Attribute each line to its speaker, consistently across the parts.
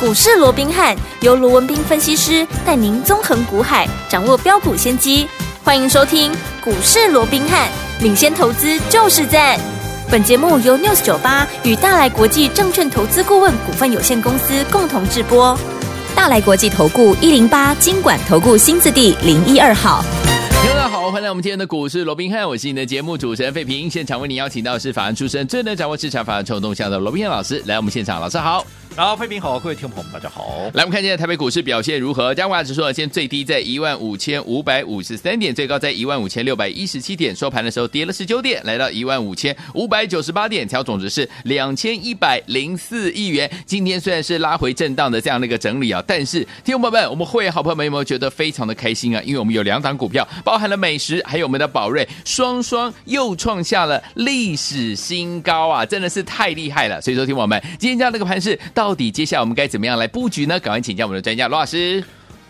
Speaker 1: 股市罗宾汉由罗文斌分析师带您纵横股海，掌握标股先机。欢迎收听股市罗宾汉，领先投资就是赞。本节目由 News 九八与大来国际证券投资顾问股份有限公司共同制播。大来国际投顾一零八金管投顾新字第零一二号。
Speaker 2: 听众大家好，欢迎来我们今天的股市罗宾汉，我是你的节目主持人费平。现场为您邀请到的是法案出身、最能掌握市场法案冲动向的罗宾汉老师，来我们现场，老师好。
Speaker 3: 然后，费平好，各位听众朋友们，大家好。
Speaker 2: 来，我们看一下台北股市表现如何？加权指数呢，现在最低在15,553点，最高在15,617点，收盘的时候跌了19点，来到15,598点，调总值是2,104亿元。今天虽然是拉回震荡的这样的一个整理啊，但是 听众朋友们，我们会员好朋友们有没有觉得非常的开心啊？因为我们有两档股票，包含了美食还有我们的宝瑞，双双又创下了历史新高啊，真的是太厉害了。所以说，听我们今天这样的一个盘势，到底接下来我们该怎么样来布局呢？赶快请教我们的专家罗老师。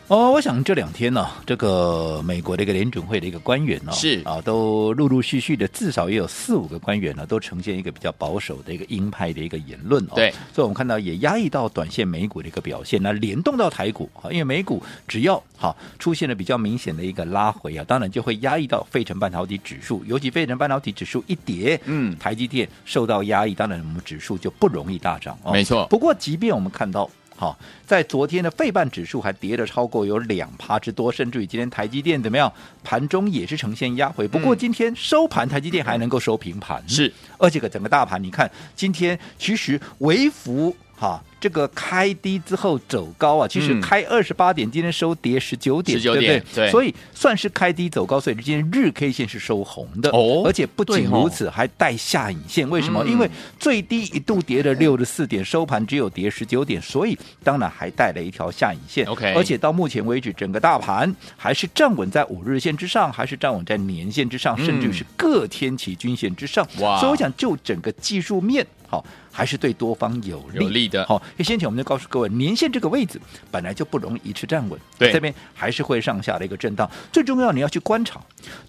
Speaker 3: 哦，我想这两天呢、这个美国的一个联准会的一个官员呢、
Speaker 2: 是
Speaker 3: 啊，都陆陆续续的，至少也有四五个官员呢，都呈现一个比较保守的一个鹰派的一个言论哦。
Speaker 2: 对
Speaker 3: 所以我们看到也压抑到短线美股的一个表现，那联动到台股啊，因为美股只要好、出现了比较明显的一个拉回啊，当然就会压抑到费城半导体指数，尤其费城半导体指数一跌，
Speaker 2: 嗯
Speaker 3: 台积电受到压抑，当然我们指数就不容易大涨哦。
Speaker 2: 没错
Speaker 3: 不过即便我们看到。好，在昨天的费半指数还跌了超过有两趴之多，甚至于今天台积电怎么样？盘中也是呈现压回，不过今天收盘台积电还能够收平盘，
Speaker 2: 嗯是，
Speaker 3: 而且个整个大盘你看，今天其实微幅哈、这个开低之后走高啊，其实
Speaker 2: 嗯
Speaker 3: 开二十八点，今天收跌十九点，
Speaker 2: 19
Speaker 3: 对不对
Speaker 2: 点？对
Speaker 3: 所以算是开低走高，所以今天日 K 线是收红的，
Speaker 2: 哦
Speaker 3: 而且不仅
Speaker 2: 对哦
Speaker 3: 如此，还带下影线，为什么？
Speaker 2: 嗯
Speaker 3: 因为最低一度跌了六十四点，收盘只有跌十九点，所以当然还带了一条下影线。
Speaker 2: OK
Speaker 3: 而且到目前为止，整个大盘还是站稳在五日线之上，还是站稳在年线之上，
Speaker 2: 嗯
Speaker 3: 甚至是各天期均线之上。
Speaker 2: 哇
Speaker 3: 所以我想就整个技术面，好。还是对多方有利
Speaker 2: 有利的
Speaker 3: 好，因为先前我们就告诉各位，年线这个位置本来就不容易一次站稳，
Speaker 2: 对
Speaker 3: 这边还是会上下的一个震荡。最重要你要去观察，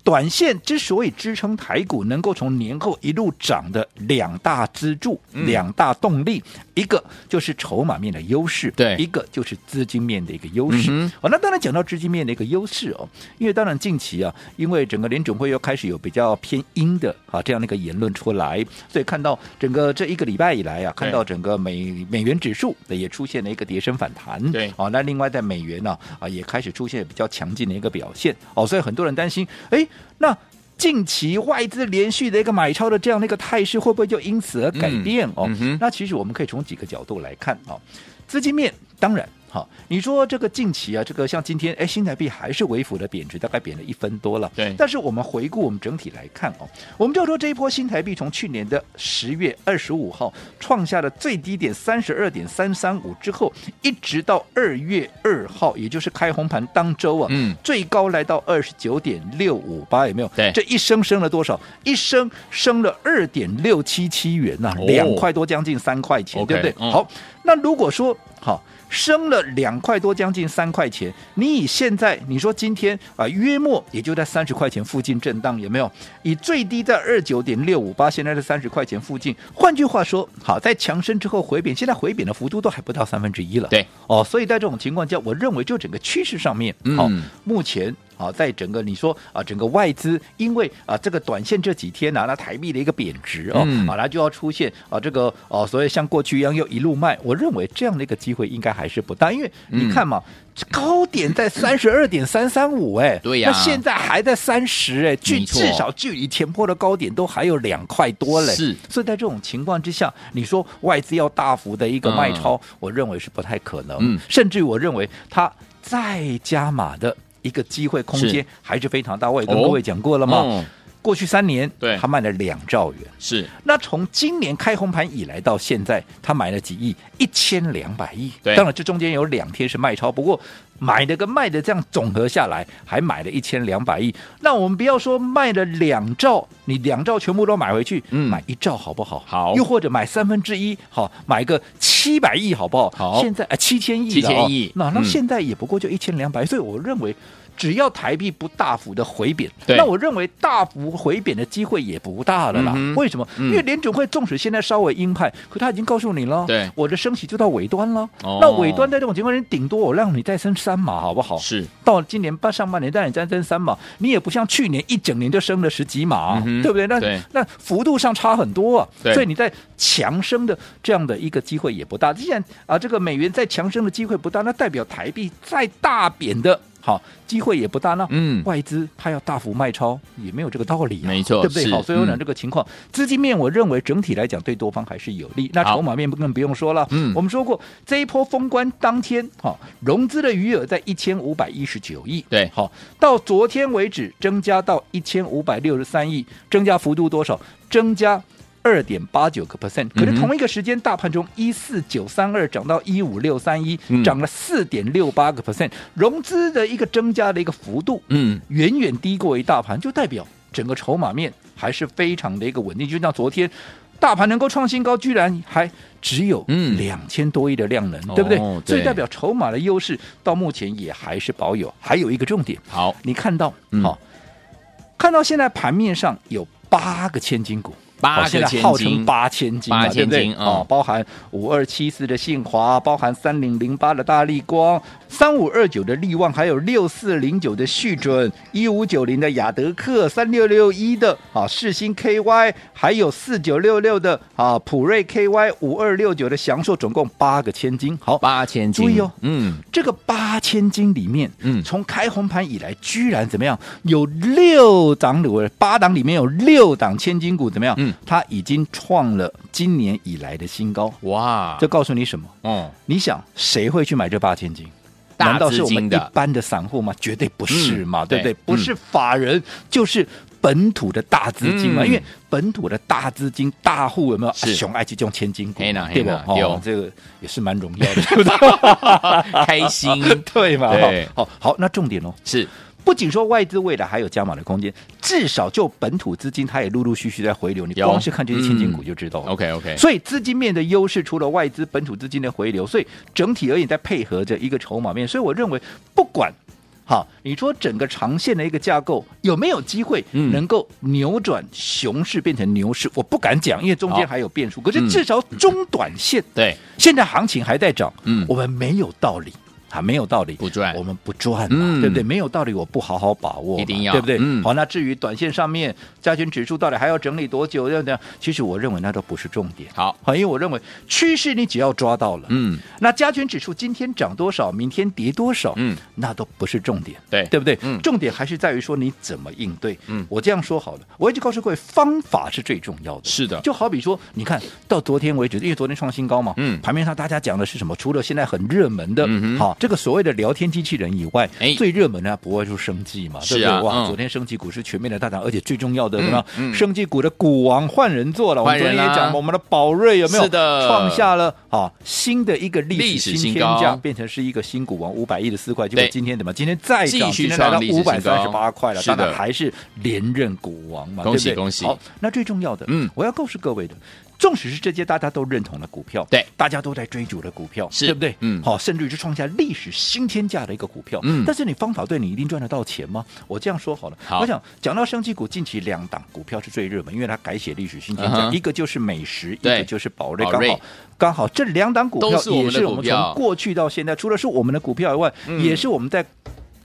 Speaker 3: 短线之所以支撑台股能够从年后一路涨的两大支柱、
Speaker 2: 嗯
Speaker 3: 两大动力，一个就是筹码面的优势，
Speaker 2: 对
Speaker 3: 一个就是资金面的一个优势。
Speaker 2: 嗯
Speaker 3: 哦，那当然讲到资金面的一个优势哦，因为当然近期啊，因为整个联准会又开始有比较偏鹰的啊这样的一个言论出来，所以看到整个这一个礼拜以来啊，看到整个美美元指数也出现了一个跌升反弹，
Speaker 2: 对
Speaker 3: 哦，那另外在美元呢啊也开始出现比较强劲的一个表现哦，所以很多人担心，哎，那近期外资连续的一个买超的这样的一个态势，会不会就因此而改变、哦、
Speaker 2: 嗯哼
Speaker 3: 那其实我们可以从几个角度来看哦，资金面当然。好，你说这个近期啊，这个像今天，哎，新台币还是微幅的贬值，大概贬了一分多了。
Speaker 2: 对
Speaker 3: 但是我们回顾我们整体来看哦，我们就说这一波新台币从去年的十月二十五号创下了最低点三十二点三三五之后，一直到二月二号，也就是开红盘当周啊，
Speaker 2: 嗯
Speaker 3: 最高来到二十九点六五八，有没有？
Speaker 2: 对
Speaker 3: 这一升升了多少？一升升了二点六七七元呐、
Speaker 2: 哦
Speaker 3: 两块多，将近三块钱，
Speaker 2: OK，
Speaker 3: 对不对？
Speaker 2: 嗯
Speaker 3: 好，那如果说好。升了两块多，将近三块钱。你以现在你说今天啊、约莫也就在三十块钱附近震荡，有没有？以最低在二九点六五八，现在在三十块钱附近。换句话说，好，在强升之后回贬，现在回贬的幅度都还不到三分之一了。
Speaker 2: 对，
Speaker 3: 哦，所以在这种情况下，我认为就整个趋势上面，
Speaker 2: 嗯
Speaker 3: 好、目前啊，在整个你说啊，整个外资因为啊这个短线这几天呢、那台币的一个贬值哦，
Speaker 2: 嗯
Speaker 3: 啊，它就要出现啊这个哦，所以像过去一样又一路卖，我认为这样的一个机会应该还是不大，因为
Speaker 2: 嗯
Speaker 3: 你看嘛，这高点在三十二点三三五，哎，
Speaker 2: 对呀
Speaker 3: 那现在还在三十，哎，距
Speaker 2: 没错
Speaker 3: 至少距离前坡的高点都还有两块多嘞，
Speaker 2: 是
Speaker 3: 所以在这种情况之下，你说外资要大幅的一个卖超，我认为是不太可能，
Speaker 2: 嗯
Speaker 3: 甚至于我认为它再加码的一个机会空间
Speaker 2: 是
Speaker 3: 还是非常大。我也跟
Speaker 2: 哦
Speaker 3: 各位讲过了嘛，
Speaker 2: 嗯
Speaker 3: 过去三年，
Speaker 2: 对
Speaker 3: 他卖了两兆元。
Speaker 2: 是
Speaker 3: 那从今年开红盘以来到现在，他买了几亿？一千两百亿。
Speaker 2: 对
Speaker 3: 当然这中间有两天是卖超，不过买的跟卖的这样总和下来，还买了一千两百亿。那我们不要说卖了两兆，你两兆全部都买回去，
Speaker 2: 嗯
Speaker 3: 买一兆好不好？
Speaker 2: 好
Speaker 3: 又或者买三分之一，好，买个七百亿好不好？
Speaker 2: 好
Speaker 3: 现在啊七千亿了哦，
Speaker 2: 7000亿
Speaker 3: 那那
Speaker 2: 嗯
Speaker 3: 现在也不过就一千两百，所以我认为只要台币不大幅的回贬，
Speaker 2: 对
Speaker 3: 那我认为大幅回贬的机会也不大了啦。
Speaker 2: 嗯哼
Speaker 3: 为什么？
Speaker 2: 嗯
Speaker 3: 因为联准会纵使现在稍微鹰派，可他已经告诉你了，
Speaker 2: 对
Speaker 3: 我的升息就到尾端了。
Speaker 2: 哦
Speaker 3: 那尾端在这种情况下，顶多我让你再升三码，好不好？
Speaker 2: 是
Speaker 3: 到今年半上半年，但你再升三码，你也不像去年一整年就升了十几码啊、
Speaker 2: 嗯哼
Speaker 3: 对不对？那
Speaker 2: 对
Speaker 3: 那幅度上差很多啊，
Speaker 2: 对
Speaker 3: 所以你在强升的这样的一个机会也不大。既然啊，这个美元在强升的机会不大，那代表台币再大贬的。好，机会也不大呢。
Speaker 2: 嗯
Speaker 3: 外资它要大幅卖超也没有这个道理啊，
Speaker 2: 没错
Speaker 3: 啊对不对？
Speaker 2: 是
Speaker 3: 好，所以我讲
Speaker 2: 嗯
Speaker 3: 这个情况，资金面我认为整体来讲对多方还是有利。那
Speaker 2: 好
Speaker 3: 筹码面更不用说了，
Speaker 2: 嗯
Speaker 3: 我们说过这一波封关当天，哈、融资的余额在一千五百一十九亿，
Speaker 2: 对
Speaker 3: 好、到昨天为止增加到一千五百六十三亿，增加幅度多少？增加。二点八九个 percent，可是
Speaker 2: 嗯哼
Speaker 3: 同一个时间，大盘从一四九三二涨到一五六三一
Speaker 2: 嗯，
Speaker 3: 涨了四点六八个 percent，融资的一个增加的一个幅度，
Speaker 2: 嗯，
Speaker 3: 远远低过于大盘，就代表整个筹码面还是非常的一个稳定。就像昨天，大盘能够创新高，居然还只有
Speaker 2: 嗯
Speaker 3: 两千多亿的量能，对不对？
Speaker 2: 哦
Speaker 3: 所以
Speaker 2: 对
Speaker 3: 代表筹码的优势到目前也还是保有。还有一个重点，
Speaker 2: 好，
Speaker 3: 你看到好、
Speaker 2: 嗯
Speaker 3: 看到现在盘面上有八个千金股。
Speaker 2: 八个
Speaker 3: 好现在
Speaker 2: 千
Speaker 3: 号
Speaker 2: 金
Speaker 3: 称八千金嘛，
Speaker 2: 八千
Speaker 3: 对不对
Speaker 2: 金嗯
Speaker 3: 哦，包含五二七四的信华，包含三零零八的大力光，三五二九的力旺，还有六四零九的旭准，一五九零的雅德克，三六六一的啊世星 KY，还有四九六六的啊普瑞 KY，五二六九的祥硕，总共八个千金。好，
Speaker 2: 八千金，
Speaker 3: 注意哦
Speaker 2: 嗯，
Speaker 3: 这个八千金里面，
Speaker 2: 嗯
Speaker 3: 从开红盘以来，居然怎么样？有六档里，八档里面有六档千金股怎么样？
Speaker 2: 嗯，
Speaker 3: 它已经创了今年以来的新高。
Speaker 2: 哇，
Speaker 3: 这告诉你什么？
Speaker 2: 哦，
Speaker 3: 你想谁会去买这八千金？
Speaker 2: 大
Speaker 3: 难道是
Speaker 2: 资
Speaker 3: 我
Speaker 2: 金
Speaker 3: 们
Speaker 2: 的
Speaker 3: 一般的散户吗？绝对不是嘛，
Speaker 2: 嗯
Speaker 3: 对不对？
Speaker 2: 对
Speaker 3: 不是法人，就是本土的大资金嘛。
Speaker 2: 嗯
Speaker 3: 因为本土的大资金、大户有没有啊
Speaker 2: 是
Speaker 3: 熊爱去用千金股
Speaker 2: 嘿呐
Speaker 3: 嘛？
Speaker 2: 嘿
Speaker 3: 对不？
Speaker 2: 呐对哦
Speaker 3: 哦，这个也是蛮荣耀的，对不 对？
Speaker 2: 开心
Speaker 3: 对嘛？
Speaker 2: 对
Speaker 3: 好好，那重点哦，
Speaker 2: 是
Speaker 3: 不仅说外资未来还有加码的空间，至少就本土资金它也陆陆续续在回流。你
Speaker 2: 有
Speaker 3: 光是看这些千金股
Speaker 2: 嗯
Speaker 3: 就知道了。
Speaker 2: OK OK，
Speaker 3: 所以资金面的优势，除了外资本土资金的回流，所以整体而言在配合着一个筹码面，所以我认为不管。好，你说整个长线的一个架构有没有机会
Speaker 2: 嗯
Speaker 3: 能够扭转熊市变成牛市？我不敢讲，因为中间
Speaker 2: 好
Speaker 3: 还有变数。可
Speaker 2: 嗯
Speaker 3: 是至少中短线，
Speaker 2: 对，
Speaker 3: 现在行情还在涨，
Speaker 2: 嗯
Speaker 3: 我们没有道理啊，没有道理
Speaker 2: 不赚
Speaker 3: 我们不赚嘛，
Speaker 2: 哎嗯
Speaker 3: 对不对？没有道理，我不好好把握嘛，
Speaker 2: 一定要
Speaker 3: 对不对？
Speaker 2: 嗯
Speaker 3: 好，那至于短线上面加权指数到底还要整理多久，对不对？其实我认为那都不是重点，
Speaker 2: 好，
Speaker 3: 好，因为我认为趋势你只要抓到了，
Speaker 2: 嗯，
Speaker 3: 那加权指数今天涨多少，明天跌多少，
Speaker 2: 嗯，
Speaker 3: 那都不是重点，
Speaker 2: 对
Speaker 3: 对不对？
Speaker 2: 嗯
Speaker 3: 重点还是在于说你怎么应对。
Speaker 2: 嗯
Speaker 3: 我这样说好了，我一直告诉各位，方法是最重要的。
Speaker 2: 是的
Speaker 3: 就好比说，你看到昨天为止，因为昨天创新高嘛，
Speaker 2: 嗯
Speaker 3: 盘面上大家讲的是什么？除了现在很热门的，
Speaker 2: 嗯哼
Speaker 3: 好这个所谓的聊天机器人以外，
Speaker 2: 哎
Speaker 3: 最热门的啊不外就是生技嘛，
Speaker 2: 是啊
Speaker 3: 对不对？
Speaker 2: 嗯
Speaker 3: 哇，昨天生技股是全面的大涨，而且最重要的
Speaker 2: 嗯
Speaker 3: 什么？
Speaker 2: 嗯
Speaker 3: 生技股的股王换人做了，我
Speaker 2: 换
Speaker 3: 们昨
Speaker 2: 人
Speaker 3: 天
Speaker 2: 啦
Speaker 3: 也讲过，我们的宝瑞有没有？
Speaker 2: 是的
Speaker 3: 创下了啊新的一个历
Speaker 2: 历史
Speaker 3: 史新
Speaker 2: 新
Speaker 3: 天
Speaker 2: 高
Speaker 3: 价，变成是一个新股王五百亿的四块，结果
Speaker 2: 对
Speaker 3: 今天怎么？今天再
Speaker 2: 继
Speaker 3: 涨，
Speaker 2: 续
Speaker 3: 今天来到
Speaker 2: 创历史
Speaker 3: 五
Speaker 2: 新高
Speaker 3: 百三十八块了，
Speaker 2: 是的
Speaker 3: 当然还是连任股王嘛，
Speaker 2: 恭喜
Speaker 3: 对不对
Speaker 2: 恭喜
Speaker 3: 好，那最重要的，
Speaker 2: 嗯
Speaker 3: 我要告诉各位的。纵使是这些大家都认同的股票，
Speaker 2: 对，
Speaker 3: 大家都在追逐的股票，
Speaker 2: 是
Speaker 3: 对不对？
Speaker 2: 嗯
Speaker 3: 好，甚至于是创下历史新天价的一个股票，
Speaker 2: 嗯
Speaker 3: 但是你方法对，你一定赚得到钱吗？我这样说好了，
Speaker 2: 好
Speaker 3: 我想讲到生技股，近期两档股票是最热门，因为它改写历史新天
Speaker 2: 嗯
Speaker 3: 价，
Speaker 2: 哼
Speaker 3: 一个就是美食，一
Speaker 2: 对
Speaker 3: 个就是宝瑞，
Speaker 2: 宝
Speaker 3: 刚
Speaker 2: 瑞
Speaker 3: 好刚好这两档股
Speaker 2: 都
Speaker 3: 票
Speaker 2: 是我们
Speaker 3: 也
Speaker 2: 的
Speaker 3: 是我
Speaker 2: 股
Speaker 3: 们
Speaker 2: 票
Speaker 3: 从过去到现在，除了是我们的股票以外，
Speaker 2: 嗯
Speaker 3: 也是我们在。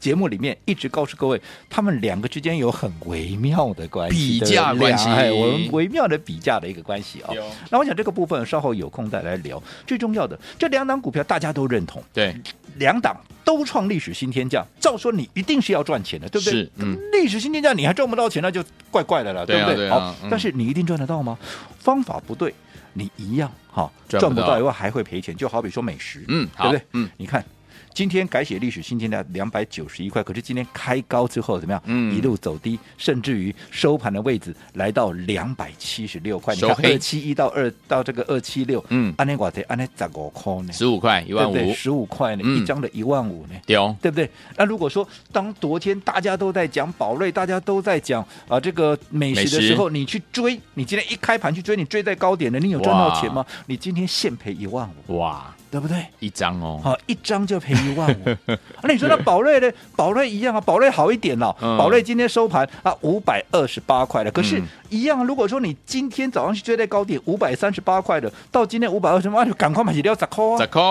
Speaker 3: 节目里面一直告诉各位，他们两个之间有很微妙的关系，
Speaker 2: 比价
Speaker 3: 对不对
Speaker 2: 关系
Speaker 3: 两哎，我们微妙的比价的一个关系啊、
Speaker 2: 有
Speaker 3: 那我想这个部分稍后有空再来聊。最重要的，这两档股票大家都认同，
Speaker 2: 对，
Speaker 3: 两档都创历史新天价，照说你一定是要赚钱的，对不对？
Speaker 2: 是嗯
Speaker 3: 历史新天价你还赚不到钱，那就怪怪的了，
Speaker 2: 对啊
Speaker 3: 不
Speaker 2: 对
Speaker 3: 对？
Speaker 2: 啊
Speaker 3: 好
Speaker 2: 嗯，
Speaker 3: 但是你一定赚得到吗？方法不对，你一样哈
Speaker 2: 赚不
Speaker 3: 赚不
Speaker 2: 到
Speaker 3: 到以外还会赔钱，就好比说美食，
Speaker 2: 嗯，
Speaker 3: 对
Speaker 2: 好
Speaker 3: 不对？，
Speaker 2: 嗯，
Speaker 3: 你看。今天改写历史新天价两百九十一块，可是今天开高之后怎么样？
Speaker 2: 嗯
Speaker 3: 一路走低，甚至于收盘的位置来到两百七十六块。你看
Speaker 2: 收黑
Speaker 3: 二七一到二到这个二七六，
Speaker 2: 嗯
Speaker 3: 安内瓦贼安内十五块呢，
Speaker 2: 十五块一
Speaker 3: 对
Speaker 2: 万
Speaker 3: 不
Speaker 2: 五
Speaker 3: 对？，十五块呢，
Speaker 2: 嗯
Speaker 3: 一张的一万五呢。
Speaker 2: 丢，
Speaker 3: 对不对？那如果说当昨天大家都在讲宝瑞，大家都在讲啊、这个美食的时候，你去追，你今天一开盘去追，你追在高点的，你有赚到钱吗？你今天现赔一万五，
Speaker 2: 哇，
Speaker 3: 对不对？
Speaker 2: 一张哦，
Speaker 3: 好，一张就赔一万五。啊那你说那宝瑞呢？宝瑞一样啊，宝瑞好一点了、
Speaker 2: 嗯
Speaker 3: 宝瑞今天收盘啊，五百二十八块的，可是
Speaker 2: 嗯
Speaker 3: 一样。啊如果说你今天早上去追在高点五百三十八块的，到今天五百二十八，就赶快买几条十块
Speaker 2: 十
Speaker 3: 啊，
Speaker 2: 块，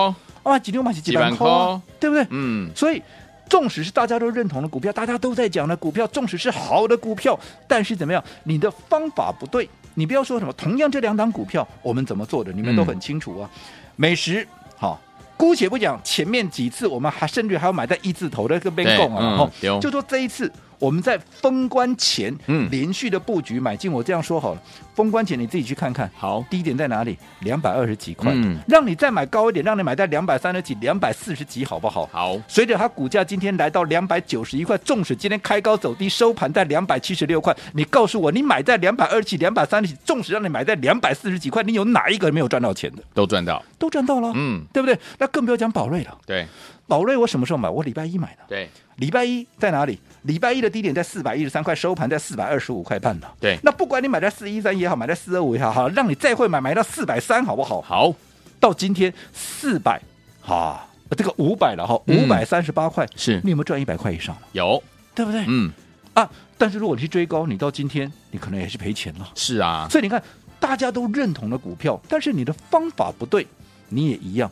Speaker 3: 啊，几条买几几
Speaker 2: 几万
Speaker 3: 万块、啊
Speaker 2: 块，
Speaker 3: 对不对？
Speaker 2: 嗯，
Speaker 3: 所以。纵使是大家都认同的股票，大家都在讲的股票，纵使是好的股票，但是怎么样，你的方法不对，你不要说什么。同样这两档股票，我们怎么做的，你们都
Speaker 2: 嗯
Speaker 3: 很清楚啊。美食好，姑且不讲前面几次，我们还甚至还要买在一字头的跟边供啊，
Speaker 2: 对嗯
Speaker 3: 然后、
Speaker 2: 对哦
Speaker 3: 就说这一次。我们在封关前，
Speaker 2: 嗯
Speaker 3: 连续的布局买进。我这样说好了，封关前你自己去看看，
Speaker 2: 好，
Speaker 3: 低点在哪里？两百二十几块，
Speaker 2: 嗯
Speaker 3: 让你再买高一点，让你买在两百三十几、两百四十几，好不好？
Speaker 2: 好，
Speaker 3: 随着它股价今天来到两百九十一块，纵使今天开高走低，收盘在两百七十六块，你告诉我，你买在两百二几、两百三十几，纵使让你买在两百四十几块，你有哪一个没有赚到钱的？
Speaker 2: 都赚到，
Speaker 3: 都赚到了，
Speaker 2: 嗯，
Speaker 3: 对不对？那更不要讲宝瑞了。
Speaker 2: 对
Speaker 3: 宝瑞我什么时候买？我礼拜一买的。
Speaker 2: 对
Speaker 3: 礼拜一在哪里？礼拜一的低点在四百一十三块，收盘在四百二十五块半呢。
Speaker 2: 对
Speaker 3: 那不管你买在四一三也好，买在四二五也好，好让你再会买，买到四百三好不好？
Speaker 2: 好，
Speaker 3: 到今天四百，啊，这个五百了哈，五
Speaker 2: 嗯
Speaker 3: 百三十八块，
Speaker 2: 是
Speaker 3: 你有没有赚一百块以上？
Speaker 2: 有，
Speaker 3: 对不对？
Speaker 2: 嗯，
Speaker 3: 啊，但是如果你去追高，你到今天你可能也是赔钱了。
Speaker 2: 是啊，
Speaker 3: 所以你看，大家都认同的股票，但是你的方法不对，你也一样。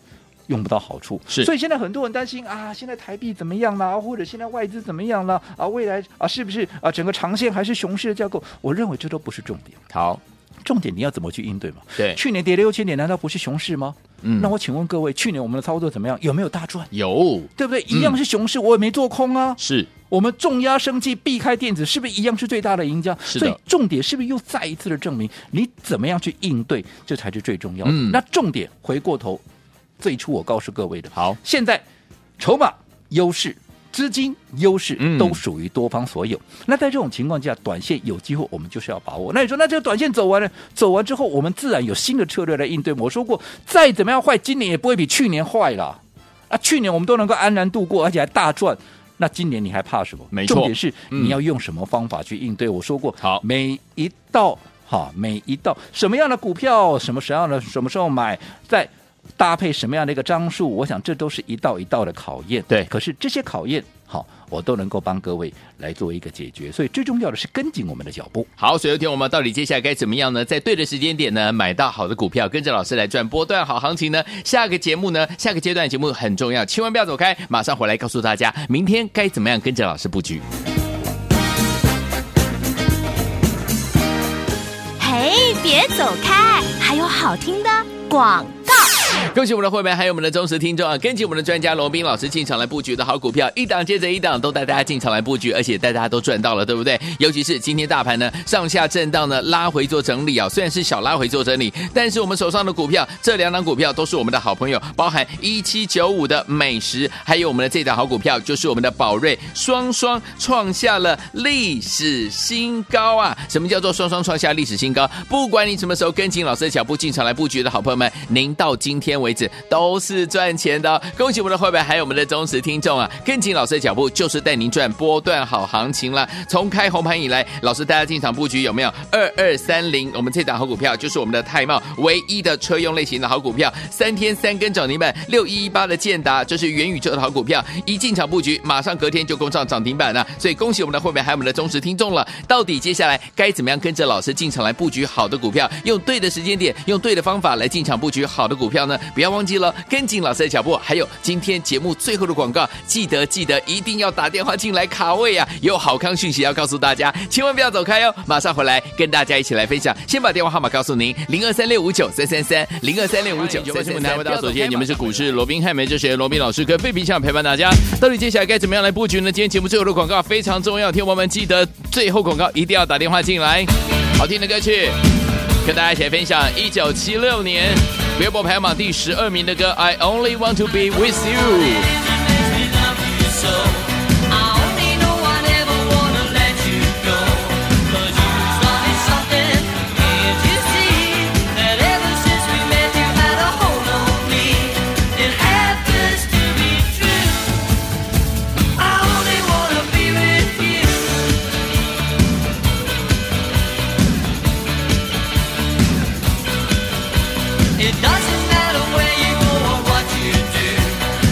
Speaker 3: 用不到好处，
Speaker 2: 是
Speaker 3: 所以现在很多人担心啊，现在台币怎么样啦，或者现在外资怎么样啦，啊，未来啊是不是啊整个长线还是熊市的架构？我认为这都不是重点，
Speaker 2: 好，
Speaker 3: 重点你要怎么去应对嘛？
Speaker 2: 对，
Speaker 3: 去年跌六千点，难道不是熊市吗？
Speaker 2: 嗯
Speaker 3: 那我请问各位，去年我们的操作怎么样？有没有大赚？
Speaker 2: 有
Speaker 3: 对不对？一样是熊市，我也没做空啊。
Speaker 2: 是
Speaker 3: 我们重压生计，避开电子，是不是一样是最大的赢家？
Speaker 2: 是的
Speaker 3: 所以重点是不是又再一次的证明你怎么样去应对，这才是最重要的。
Speaker 2: 嗯
Speaker 3: 那重点回过头，最初我告诉各位的，
Speaker 2: 好，
Speaker 3: 现在筹码优势。资金优势
Speaker 2: 嗯
Speaker 3: 都属于多方所有。那在这种情况下，短线有机会，我们就是要把握。那你说，那这个短线走完了，走完之后，我们自然有新的策略来应对。我说过，再怎么样坏，今年也不会比去年坏了。啊，去年我们都能够安然度过，而且还大赚。那今年你还怕什么？
Speaker 2: 没错
Speaker 3: 重点是
Speaker 2: 嗯
Speaker 3: 你要用什么方法去应对。我说过，
Speaker 2: 好
Speaker 3: 每一道哈，每一道什么样的股票，什么什么样的什么时候买，再搭配什么样的一个张数，我想这都是一道一道的考验。
Speaker 2: 对
Speaker 3: 可是这些考验，好，我都能够帮各位来做一个解决。所以最重要的是跟紧我们的脚步。
Speaker 2: 好，所以有天我们到底接下来该怎么样呢？在对的时间点呢，买到好的股票，跟着老师来赚波段好行情呢？下个节目呢，下个阶段节目很重要，千万不要走开，马上回来告诉大家明天该怎么样跟着老师布局。
Speaker 1: 嘿，别走开，还有好听的广告。
Speaker 2: 恭喜我们的会员，还有我们的忠实听众啊！跟紧我们的专家罗斌老师进场来布局的好股票，一档接着一档都带大家进场来布局，而且带大家都赚到了，对不对？尤其是今天大盘呢上下震荡呢拉回做整理啊，虽然是小拉回做整理，但是我们手上的股票这两档股票都是我们的好朋友，包含一七九五的美食，还有我们的这档好股票就是我们的宝瑞，双双创下了历史新高啊！什么叫做双双创下历史新高？不管你什么时候跟紧老师的脚步进场来布局的好朋友们，您到今天为止都是赚钱的哦、恭喜我们的会员，还有我们的忠实听众啊！跟紧老师的脚步，就是带您赚波段好行情了。从开红盘以来，老师带大家进场布局有没有？二二三零，我们这档好股票就是我们的泰茂唯一的车用类型的好股票，三天三根涨停板。六一一八的建达，这是元宇宙的好股票，一进场布局，马上隔天就攻上涨停板了、所以恭喜我们的会员还有我们的忠实听众了。到底接下来该怎么样跟着老师进场来布局好的股票，用对的时间点，用对的方法来进场布局好的股票呢？不要忘记了跟紧老师的脚步。还有今天节目最后的广告，记得记得一定要打电话进来卡位啊！有好康讯息要告诉大家，千万不要走开哦，马上回来跟大家一起来分享。先把电话号码告诉您：零二三六五九三三三，零二三六五九三哎三三。回到首先，你们是股市罗宾汉梅哲学罗宾老师跟费平想陪伴大家。到底接下来该怎么样来布局呢？今天节目最后的广告非常重要，听友们记得最后广告一定要打电话进来。好听的歌曲，跟大家一起来分享一九七六年 Billboard 排行榜第十二名的歌《I Only Want to Be With You》。
Speaker 4: It doesn't matter where you go or what you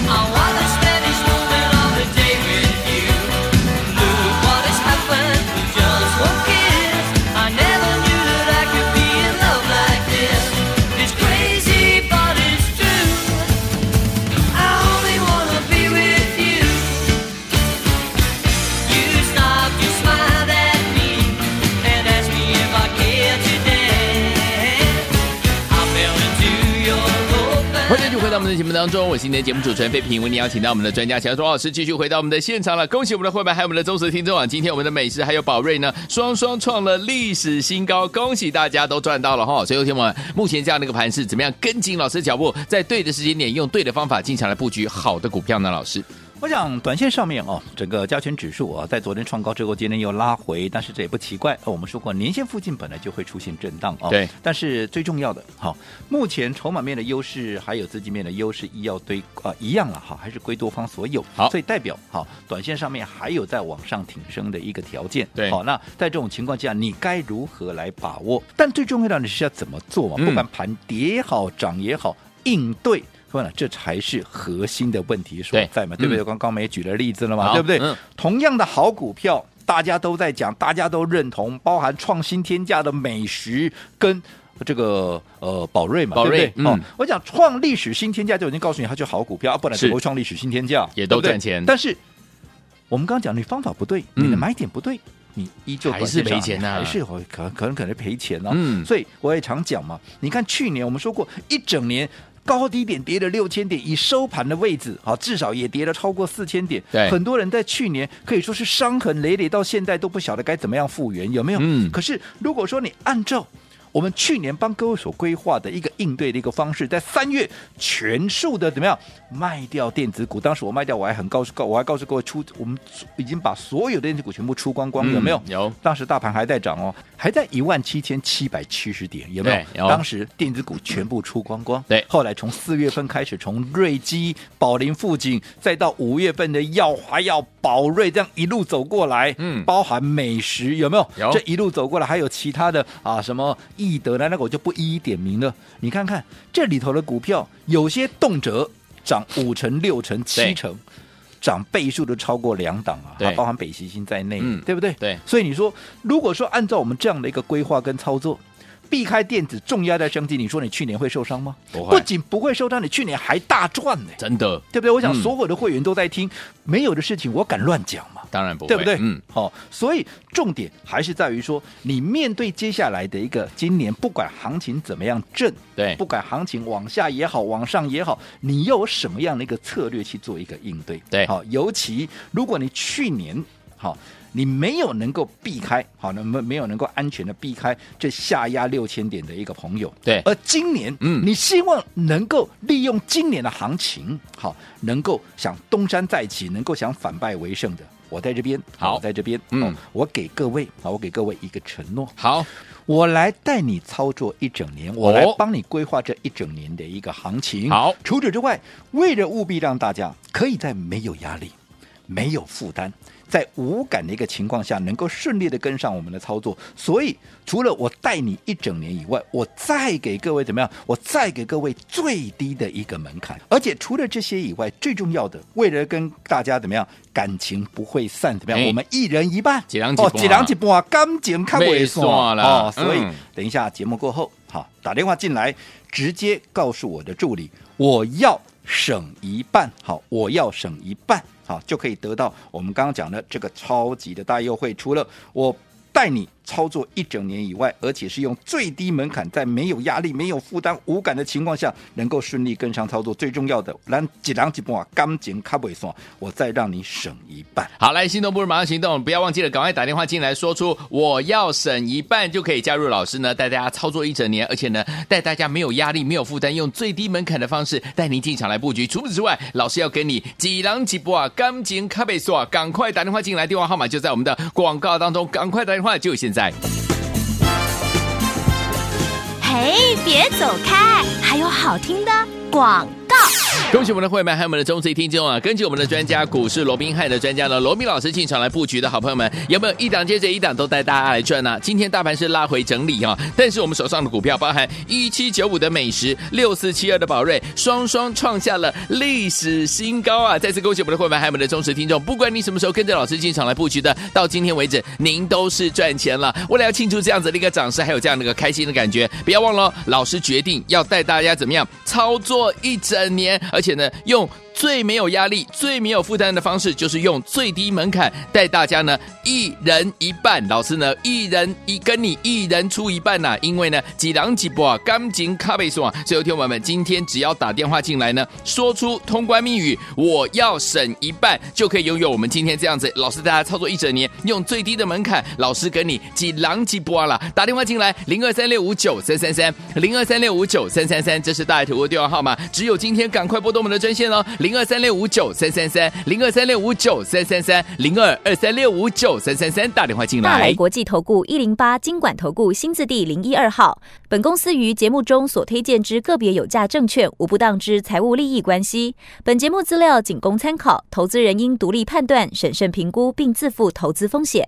Speaker 2: 的节目当中，我是今天节目主持人费平，为您邀请到我们的专家乔庄老师继续回到我们的现场了。恭喜我们的会员，还有我们的忠实听众啊！今天我们的美食还有宝瑞呢，双双创了历史新高，恭喜大家都赚到了哈！所以，听我们目前这样的一个盘势，怎么样跟紧老师的脚步，在对的时间点，用对的方法进场来布局好的股票呢？老师，
Speaker 3: 我想短线上面哦，整个加权指数啊，在昨天创高之后，今天又拉回，但是这也不奇怪。哦、我们说过，年线附近本来就会出现震荡哦。
Speaker 2: 对。
Speaker 3: 但是最重要的，好、目前筹码面的优势还有资金面的优势，一要堆啊、一样了哈、还是归多方所有。
Speaker 2: 好
Speaker 3: 所以代表好、短线上面还有在往上挺升的一个条件。
Speaker 2: 对
Speaker 3: 好、那在这种情况下，你该如何来把握？但最重要的是要怎么做啊？
Speaker 2: 嗯
Speaker 3: 不管盘跌也好，涨也好，应对。说呢，这才是核心的问题所
Speaker 2: 对
Speaker 3: 在嘛，对不对？
Speaker 2: 嗯
Speaker 3: 刚刚我们也举了例子了嘛，
Speaker 2: 好
Speaker 3: 对不对？
Speaker 2: 嗯
Speaker 3: 同样的好股票，大家都在讲，大家都认同，包含创新天价的美食跟。这个呃，宝瑞嘛，
Speaker 2: 宝瑞
Speaker 3: 对不对？哦
Speaker 2: 嗯，
Speaker 3: 我讲创历史新天价就已经告诉你，它就好股票，啊、不然怎么会创历史新天价？
Speaker 2: 也都
Speaker 3: 对不对
Speaker 2: 赚钱
Speaker 3: 但是我们刚刚讲，你方法不对，你的
Speaker 2: 嗯
Speaker 3: 买点不对，你依旧
Speaker 2: 还
Speaker 3: 短
Speaker 2: 是
Speaker 3: 线上
Speaker 2: 赔钱呐
Speaker 3: 还是会可可能可能赔钱哦。
Speaker 2: 嗯
Speaker 3: 所以我也常讲嘛，你看去年我们说过，一整年高低点跌了六千点，以收盘的位置啊，至少也跌了超过四千点。
Speaker 2: 对
Speaker 3: 很多人在去年可以说是伤痕累累，到现在都不晓得该怎么样复原，有没有？
Speaker 2: 嗯
Speaker 3: 可是如果说你按照我们去年帮各位所规划的一个应对的一个方式，在三月全数的怎么样卖掉电子股？当时我卖掉，我还很告诉告，我还告诉各位出，我们已经把所有的电子股全部出光光，有没有
Speaker 2: 嗯？有
Speaker 3: 当时大盘还在涨哦，还在一万七千七百七十点，有没
Speaker 2: 对
Speaker 3: 有？
Speaker 2: 哎有
Speaker 3: 当时电子股全部出光光。
Speaker 2: 对
Speaker 3: 后来从四月份开始，从瑞基、宝林、富锦，再到五月份的耀华、耀宝瑞，这样一路走过来，
Speaker 2: 嗯
Speaker 3: 包含美食有没有？
Speaker 2: 有
Speaker 3: 这一路走过来，还有其他的啊，什么易德呢？那个我就不一一点名了。你看看这里头的股票，有些动辄涨五成、六成、
Speaker 2: 对
Speaker 3: 七成。涨倍数都超过两档啊，
Speaker 2: 对
Speaker 3: 包含北极星在内，
Speaker 2: 嗯
Speaker 3: 对不对？
Speaker 2: 对
Speaker 3: 所以你说，如果说按照我们这样的一个规划跟操作，避开电子重压在升级，你说你去年会受伤吗？
Speaker 2: 不会
Speaker 3: 仅不会受伤，你去年还大赚呢、
Speaker 2: 真的，
Speaker 3: 对不对？我想
Speaker 2: 嗯
Speaker 3: 所有的会员都在听，没有的事情我敢乱讲嘛。
Speaker 2: 当然不会，
Speaker 3: 对不对？
Speaker 2: 嗯，，
Speaker 3: 好、所以重点还是在于说，你面对接下来的一个今年，不管行情怎么样震，
Speaker 2: 对
Speaker 3: 不管行情往下也好，往上也好，你又有什么样的一个策略去做一个应对？
Speaker 2: 对
Speaker 3: 好、尤其如果你去年好。你没有能够避开，好，那么没有能够安全的避开这下压六千点的一个朋友，
Speaker 2: 对
Speaker 3: 而今年，
Speaker 2: 嗯
Speaker 3: 你希望能够利用今年的行情，好，能够想东山再起，能够想反败为胜的，我在这边，
Speaker 2: 好
Speaker 3: 我在这边，
Speaker 2: 嗯
Speaker 3: 嗯，我给各位，好，我给各位一个承诺，
Speaker 2: 好，
Speaker 3: 我来带你操作一整年，我
Speaker 2: 哦
Speaker 3: 来帮你规划这一整年的一个行情。
Speaker 2: 好
Speaker 3: 除此之外，为了务必让大家可以在没有压力、没有负担、在无感的一个情况下，能够顺利的跟上我们的操作，所以除了我带你一整年以外，我再给各位怎么样？我再给各位最低的一个门槛。而且除了这些以外，最重要的，为了跟大家怎么样感情不会散，怎么样？
Speaker 2: 哎
Speaker 3: 我们一人一半，
Speaker 2: 一人一半啊
Speaker 3: 哦，一人一半，感情看
Speaker 2: 袂
Speaker 3: 未
Speaker 2: 散
Speaker 3: 算
Speaker 2: 啦
Speaker 3: 哦，所以
Speaker 2: 嗯
Speaker 3: 等一下节目过后，好打电话进来，直接告诉我的助理，我要省一半，好，我要省一半，好，就可以得到我们刚刚讲的这个超级的大优惠。除了我带你操作一整年以外，而且是用最低门槛，在没有压力、没有负担、无感的情况下，能够顺利跟上操作。最重要的，咱一人一半，感情卡不算，我再让你省一半。
Speaker 2: 好，来，心动不如马上行动，不要忘记了，赶快打电话进来，说出我要省一半，就可以加入老师呢，带大家操作一整年，而且呢，带大家没有压力、没有负担，用最低门槛的方式带您进场来布局。除此之外，老师要给你几狼几波啊，钢琴咖啡说啊，赶快打电话进来，电话号码就在我们的广告当中，赶快打电话，就现在。
Speaker 1: 嘿，别走开，还有好听的广告。
Speaker 2: 恭喜我们的会员，还有我们的忠实听众啊！根据我们的专家股市罗宾汉的专家呢，罗宾老师进场来布局的好朋友们，有没有一档接着一档都带大家来赚呢、今天大盘是拉回整理啊，但是我们手上的股票包含一七九五的美食、六四七二的宝瑞，双双创下了历史新高啊！再次恭喜我们的会员，还有我们的忠实听众，不管你什么时候跟着老师进场来布局的，到今天为止，您都是赚钱了。为了要庆祝这样子的一个涨势，还有这样的一个开心的感觉，不要忘了哦，老师决定要带大家怎么样操作一整年，而且呢，用。最没有压力、最没有负担的方式，就是用最低门槛带大家呢一人一半。老师呢一人一跟你一人出一半呐、因为呢几狼几波啊，干净咖啡爽。所以，听我们今天只要打电话进来呢，说出通关密语“我要省一半”，就可以拥有我们今天这样子老师带大家操作一整年，用最低的门槛，老师跟你几狼几波啦。打电话进来零二三六五九三三三零二三六五九三三三，这是大爱投的电话号码，只有今天赶快拨动我们的专线哦，零二三六五九三三三零二三六五九三三三零二二三六五九三三三，打电话进
Speaker 1: 大来
Speaker 2: 来。
Speaker 1: 国际投顾一零八金管投顾新字第零一二号。本公司于节目中所推荐之个别有价证券，无不当之财务利益关系。本节目资料仅供参考，投资人应独立判断、审慎评估，并自负投资风险。